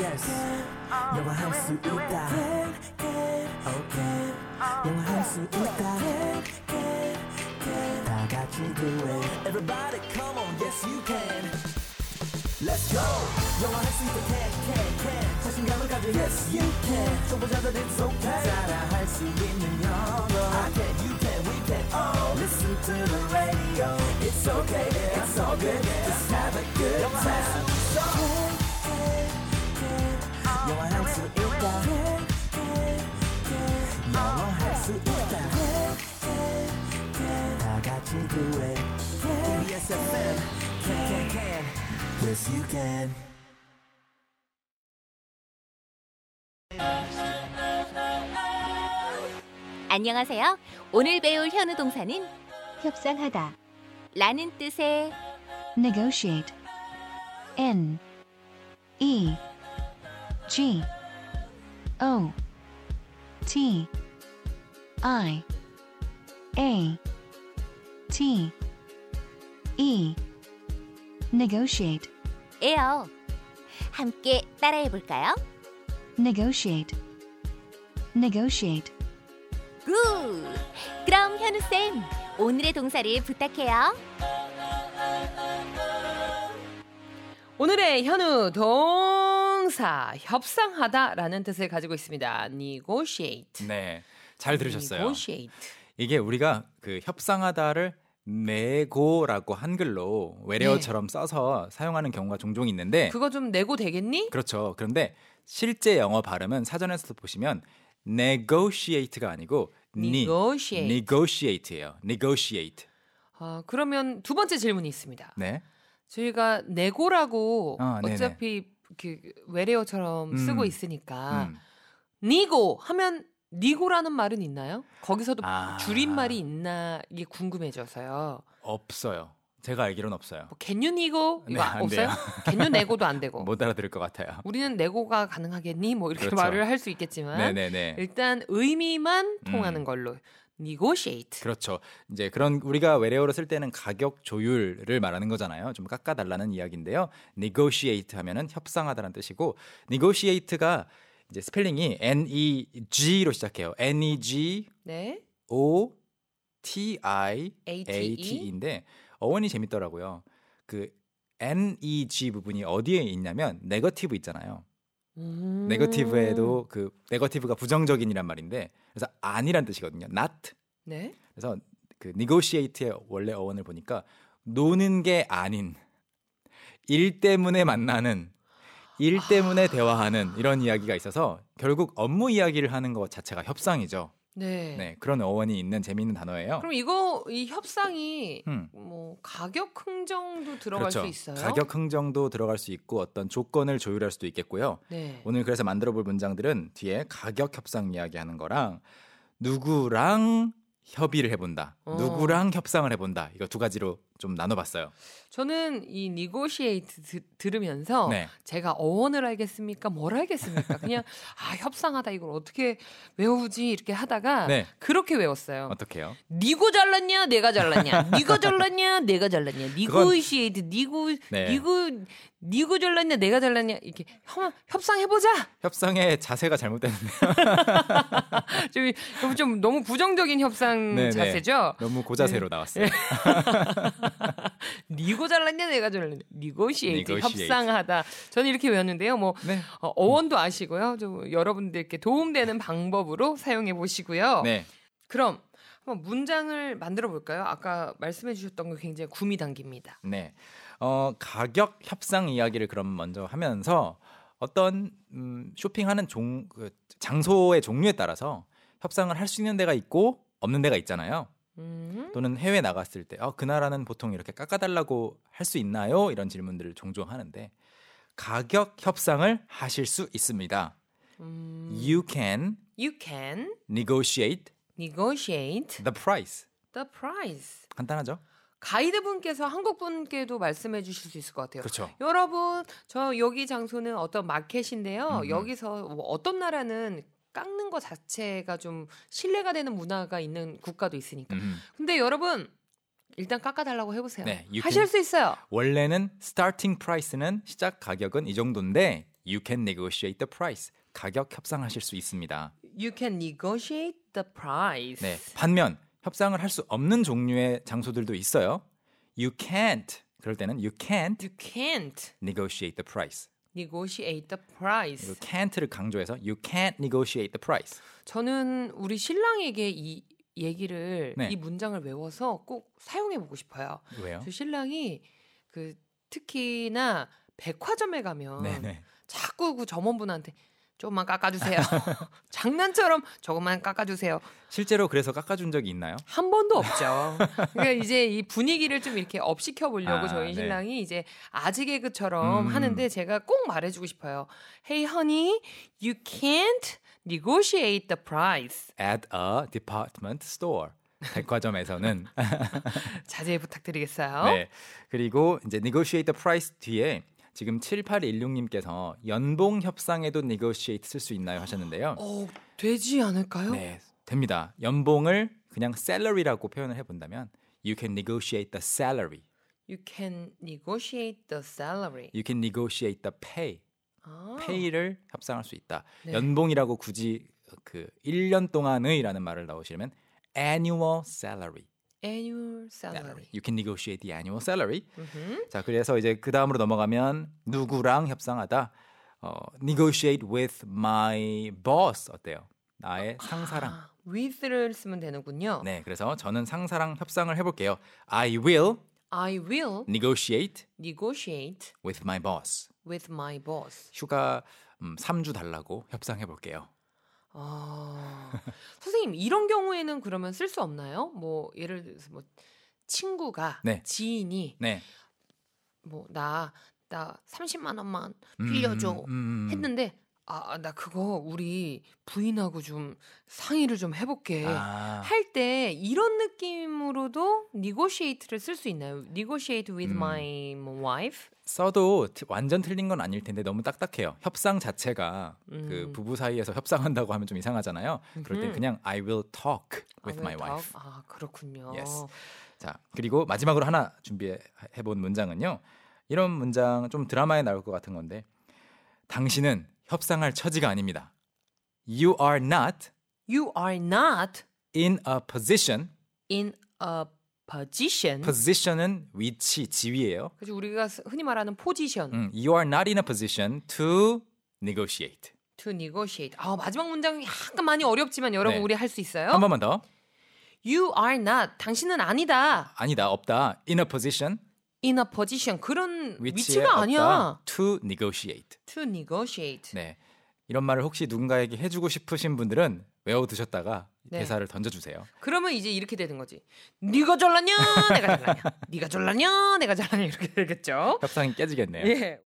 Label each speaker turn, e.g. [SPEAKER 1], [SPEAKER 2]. [SPEAKER 1] yes 영화할 수 있다 okay 영화할 수 있다 다 같이 do it everybody come on yes you can Let's go 영화할 수 있다 can can can 자신감을 가져 yes you can 초보자들 it's okay 따라할 수 있는 영어 I can you can we can all listen to the radio it's okay yeah, it's all good just have a good time 영화할 수 있다 영화할 수 있다 다 같이 do it KBS FM can can can yes you can
[SPEAKER 2] 안녕하세요. 오늘 배울 현우 동사는
[SPEAKER 3] 협상하다.
[SPEAKER 2] 라는 뜻의
[SPEAKER 3] negotiate. N E G O T I A T E negotiate.
[SPEAKER 2] 에요. 함께 따라해 볼까요?
[SPEAKER 3] negotiate. negotiate.
[SPEAKER 2] 굿! 그럼 현우쌤, 오늘의 동사를 부탁해요.
[SPEAKER 4] 오늘의 현우 동사 협상하다라는 뜻을 가지고 있습니다. negotiate.
[SPEAKER 5] 네. 잘 들으셨어요.
[SPEAKER 4] negotiate.
[SPEAKER 5] 이게 우리가 그 협상하다를 내고라고 한글로 외래어처럼 써서 사용하는 경우가 종종 있는데
[SPEAKER 4] 네. 그거 좀 내고 되겠니?
[SPEAKER 5] 그렇죠. 그런데 실제 영어 발음은 사전에서도 보시면 negotiate가 아니고 니
[SPEAKER 4] negotiate.
[SPEAKER 5] negotiate예요. negotiate.
[SPEAKER 4] 아, 그러면 두 번째 질문이 있습니다.
[SPEAKER 5] 네.
[SPEAKER 4] 저희가 내고라고
[SPEAKER 5] 아, 네네.
[SPEAKER 4] 어차피 그 외래어처럼
[SPEAKER 5] 음.
[SPEAKER 4] 쓰고 있으니까
[SPEAKER 5] 음.
[SPEAKER 4] 니고 하면 니고라는 말은 있나요? 거기서도
[SPEAKER 5] 아.
[SPEAKER 4] 줄임말이 있나 이게 궁금해져서요.
[SPEAKER 5] 없어요. 제가 알기로는 없어요.
[SPEAKER 4] 뭐 겐유 니고
[SPEAKER 5] 네,
[SPEAKER 4] 이거
[SPEAKER 5] 안
[SPEAKER 4] 없어요?
[SPEAKER 5] 돼요. 뭐
[SPEAKER 4] 겐유 내고도 안 되고. 어,
[SPEAKER 5] 못 알아들을 것 같아요.
[SPEAKER 4] 우리는 내고가 가능하겠니? 뭐 이렇게
[SPEAKER 5] 그렇죠.
[SPEAKER 4] 말을 할 수 있겠지만
[SPEAKER 5] 네, 네, 네.
[SPEAKER 4] 일단 의미만 통하는
[SPEAKER 5] 음.
[SPEAKER 4] 걸로 negotiate.
[SPEAKER 5] 그렇죠. 이제 그런 우리가 외래어로 쓸 때는 가격 조율을 말하는 거잖아요. 좀 깎아달라는 이야기인데요. negotiate 하면은 협상하다라는 뜻이고 negotiate가 이제 스펠링이 N E G로 시작해요. N E G
[SPEAKER 4] 네.
[SPEAKER 5] O T I
[SPEAKER 4] A
[SPEAKER 5] A T
[SPEAKER 4] T E.
[SPEAKER 5] E인데 어원이 재밌더라고요. 그 N E G 부분이 어디에 있냐면 네거티브 있잖아요.
[SPEAKER 4] 음.
[SPEAKER 5] 네거티브에도 그 네거티브가 부정적인이란 말인데 그래서 아니란 뜻이거든요. not
[SPEAKER 4] 네.
[SPEAKER 5] 그래서 그 negotiate의 원래 어원을 보니까 노는 게 아닌 일 때문에 만나는 일 때문에 대화하는 이런 이야기가 있어서 결국 업무 이야기를 하는 것 자체가 협상이죠.
[SPEAKER 4] 네.
[SPEAKER 5] 네, 그런 어원이 있는 재미있는 단어예요.
[SPEAKER 4] 그럼 이거 이 협상이
[SPEAKER 5] 음,
[SPEAKER 4] 뭐 가격 흥정도 들어갈
[SPEAKER 5] 그렇죠.
[SPEAKER 4] 수 있어요.
[SPEAKER 5] 가격 흥정도 들어갈 수 있고 어떤 조건을 조율할 수도 있겠고요.
[SPEAKER 4] 네.
[SPEAKER 5] 오늘 그래서 만들어 볼 문장들은 뒤에 가격 협상 이야기하는 거랑 누구랑 협의를 해본다,
[SPEAKER 4] 어.
[SPEAKER 5] 누구랑 협상을 해본다 이거 두 가지로 좀 나눠봤어요.
[SPEAKER 4] 저는 이 negotiate 드- 들으면서
[SPEAKER 5] 네.
[SPEAKER 4] 제가 어원을 알겠습니까? 뭘 알겠습니까? 그냥 아 협상하다 이걸 어떻게 외우지 이렇게 하다가
[SPEAKER 5] 네.
[SPEAKER 4] 그렇게 외웠어요.
[SPEAKER 5] 어떻게요?
[SPEAKER 4] 니고 잘랐냐 내가 잘랐냐 니가 잘랐냐 내가 잘랐냐 니고시에이트 니고
[SPEAKER 5] 네.
[SPEAKER 4] 니고 니고 잘랐냐 내가 잘랐냐 이렇게 협, 협상해보자
[SPEAKER 5] 협상의 자세가 잘못됐는데
[SPEAKER 4] 좀, 이거 좀 너무 부정적인 협상
[SPEAKER 5] 네, 네.
[SPEAKER 4] 음, 자세죠 음.
[SPEAKER 5] 너무 고자세로 나왔어요.
[SPEAKER 4] 니고 잘랐냐 내가 잘랐냐 니고시에이트
[SPEAKER 5] Negotiate.
[SPEAKER 4] 협상하다 저는 이렇게 외웠는데요 뭐
[SPEAKER 5] 네.
[SPEAKER 4] 어, 어원도 아시고요 좀 여러분들께 도움되는 방법으로 사용해 보시고요
[SPEAKER 5] 네.
[SPEAKER 4] 그럼 한번 문장을 만들어 볼까요 아까 말씀해 주셨던 거 굉장히 구미 당깁니다
[SPEAKER 5] 네. 어, 가격 협상 이야기를 그럼 먼저 하면서 어떤 음, 쇼핑하는 종, 그 장소의 종류에 따라서 협상을 할 수 있는 데가 있고 없는 데가 있잖아요.
[SPEAKER 4] 음.
[SPEAKER 5] 또는 해외 나갔을 때, 어, 그 나라는 보통 이렇게 깎아달라고 할 수 있나요? 이런 질문들을 종종 하는데, 가격 협상을 하실 수 있습니다.
[SPEAKER 4] 음,
[SPEAKER 5] You can
[SPEAKER 4] You can
[SPEAKER 5] negotiate
[SPEAKER 4] negotiate
[SPEAKER 5] the price.
[SPEAKER 4] the price.
[SPEAKER 5] 간단하죠?
[SPEAKER 4] 가이드 분께서 한국 분께도 말씀해 주실 수 있을 것 같아요.
[SPEAKER 5] 그렇죠.
[SPEAKER 4] 여러분, 저 여기 장소는 어떤 마켓인데요.
[SPEAKER 5] 음.
[SPEAKER 4] 여기서 뭐 어떤 나라는 깎는 것 자체가 좀 신뢰가 되는 문화가 있는 국가도 있으니까.
[SPEAKER 5] 음.
[SPEAKER 4] 근데 여러분, 일단 깎아달라고 해보세요.
[SPEAKER 5] 네, you
[SPEAKER 4] 하실
[SPEAKER 5] can-
[SPEAKER 4] 수 있어요.
[SPEAKER 5] 원래는 starting price는 시작 가격은 이 정도인데 You can negotiate the price. 가격 협상하실 수 있습니다.
[SPEAKER 4] You can negotiate the price.
[SPEAKER 5] 네. 반면 협상을 할 수 없는 종류의 장소들도 있어요. You can't. 그럴 때는 you can't
[SPEAKER 4] You can't
[SPEAKER 5] negotiate the price.
[SPEAKER 4] negotiate the
[SPEAKER 5] 그
[SPEAKER 4] price.
[SPEAKER 5] can't를 강조해서 you can't negotiate the price.
[SPEAKER 4] 저는 우리 신랑에게 이 얘기를
[SPEAKER 5] 네.
[SPEAKER 4] 이 문장을 외워서 꼭 사용해 보고 싶어요.
[SPEAKER 5] 왜요?
[SPEAKER 4] 저 신랑이 그 특히나 백화점에 가면
[SPEAKER 5] 네, 네.
[SPEAKER 4] 자꾸 그 점원분한테 조금만 깎아주세요. 장난처럼 조금만 깎아주세요.
[SPEAKER 5] 실제로 그래서 깎아준 적이 있나요?
[SPEAKER 4] 한 번도 없죠. 그러니까 이제 이 분위기를 좀 이렇게 업시켜 보려고
[SPEAKER 5] 아,
[SPEAKER 4] 저희
[SPEAKER 5] 네.
[SPEAKER 4] 신랑이 이제 아직에그처럼
[SPEAKER 5] 음.
[SPEAKER 4] 하는데 제가 꼭 말해주고 싶어요. Hey honey, you can't negotiate the price.
[SPEAKER 5] At a department store. 백화점에서는
[SPEAKER 4] 자제히 부탁드리겠어요.
[SPEAKER 5] 네. 그리고 이제 negotiate the price 뒤에 지금 7816님께서 연봉 협상에도 negotiate 쓸 수 있나요 하셨는데요.
[SPEAKER 4] 어, 되지 않을까요?
[SPEAKER 5] 네, 됩니다. 연봉을 그냥 salary라고 표현을 해 본다면 you can negotiate the salary.
[SPEAKER 4] You can negotiate the salary.
[SPEAKER 5] You can negotiate the pay.
[SPEAKER 4] 아,
[SPEAKER 5] 페이를 협상할 수 있다.
[SPEAKER 4] 네.
[SPEAKER 5] 연봉이라고 굳이 그 1년 동안의라는 말을 넣으시면 annual salary.
[SPEAKER 4] annual salary. Mm-hmm.
[SPEAKER 5] You can negotiate the annual salary.
[SPEAKER 4] 음흠.
[SPEAKER 5] 자, 그래서 이제 그 다음으로 넘어가면 누구랑 협상하다. 어, negotiate with my boss 어때요? 나의 상사랑.
[SPEAKER 4] 아, with를 쓰면 되는군요.
[SPEAKER 5] 네, 그래서 저는 상사랑 협상을 해볼게요. I will
[SPEAKER 4] I will
[SPEAKER 5] negotiate
[SPEAKER 4] negotiate
[SPEAKER 5] with my boss.
[SPEAKER 4] with my boss.
[SPEAKER 5] 휴가 음, 3주 달라고 협상해볼게요.
[SPEAKER 4] 아, 선생님 이런 경우에는 그러면 쓸 수 없나요? 뭐 예를 들어서 뭐 친구가
[SPEAKER 5] 네.
[SPEAKER 4] 지인이
[SPEAKER 5] 네.
[SPEAKER 4] 뭐 나 나 30만 원만
[SPEAKER 5] 음,
[SPEAKER 4] 빌려줘
[SPEAKER 5] 음, 음,
[SPEAKER 4] 했는데 아 나 그거 우리 부인하고 좀 상의를 좀 해볼게.
[SPEAKER 5] 아,
[SPEAKER 4] 할 때 이런 느낌으로도 negotiate를 쓸 수 있나요? negotiate with
[SPEAKER 5] 음.
[SPEAKER 4] my wife?
[SPEAKER 5] 써도 트- 완전 틀린 건 아닐 텐데 너무 딱딱해요. 협상 자체가 그
[SPEAKER 4] 음.
[SPEAKER 5] 부부 사이에서 협상한다고 하면 좀 이상하잖아요. 그럴 땐
[SPEAKER 4] 음흠.
[SPEAKER 5] 그냥 I will talk with
[SPEAKER 4] I will 어.
[SPEAKER 5] my
[SPEAKER 4] talk.
[SPEAKER 5] wife.
[SPEAKER 4] 아 그렇군요.
[SPEAKER 5] Yes. 자, 그리고 마지막으로 하나 준비해 본 문장은요. 이런 문장 좀 드라마에 나올 것 같은 건데 당신은 협상할 처지가 아닙니다. You are not
[SPEAKER 4] You are not
[SPEAKER 5] in a position.
[SPEAKER 4] in a position.
[SPEAKER 5] position은 위치, 지위예요.
[SPEAKER 4] 그죠 우리가 흔히 말하는 포지션
[SPEAKER 5] 음, you are not in a position to negotiate.
[SPEAKER 4] to negotiate. 아 마지막 문장 약간 많이 어렵지만 여러분
[SPEAKER 5] 네.
[SPEAKER 4] 우리 할 수 있어요.
[SPEAKER 5] 한 번만 더.
[SPEAKER 4] You are not 당신은 아니다.
[SPEAKER 5] 아니다, 없다. in a position.
[SPEAKER 4] in a position 그런
[SPEAKER 5] 위치에
[SPEAKER 4] 위치가
[SPEAKER 5] 없다.
[SPEAKER 4] 아니야.
[SPEAKER 5] to negotiate.
[SPEAKER 4] to negotiate.
[SPEAKER 5] 네. 이런 말을 혹시 누군가에게 해주고 싶으신 분들은 외워두셨다가
[SPEAKER 4] 네.
[SPEAKER 5] 대사를 던져주세요.
[SPEAKER 4] 그러면 이제 이렇게 되는 거지. 네가 잘났냐? 내가 잘났냐? 네가 잘났냐? 내가 잘났냐? 이렇게 되겠죠.
[SPEAKER 5] 협상이 깨지겠네요.
[SPEAKER 4] 예.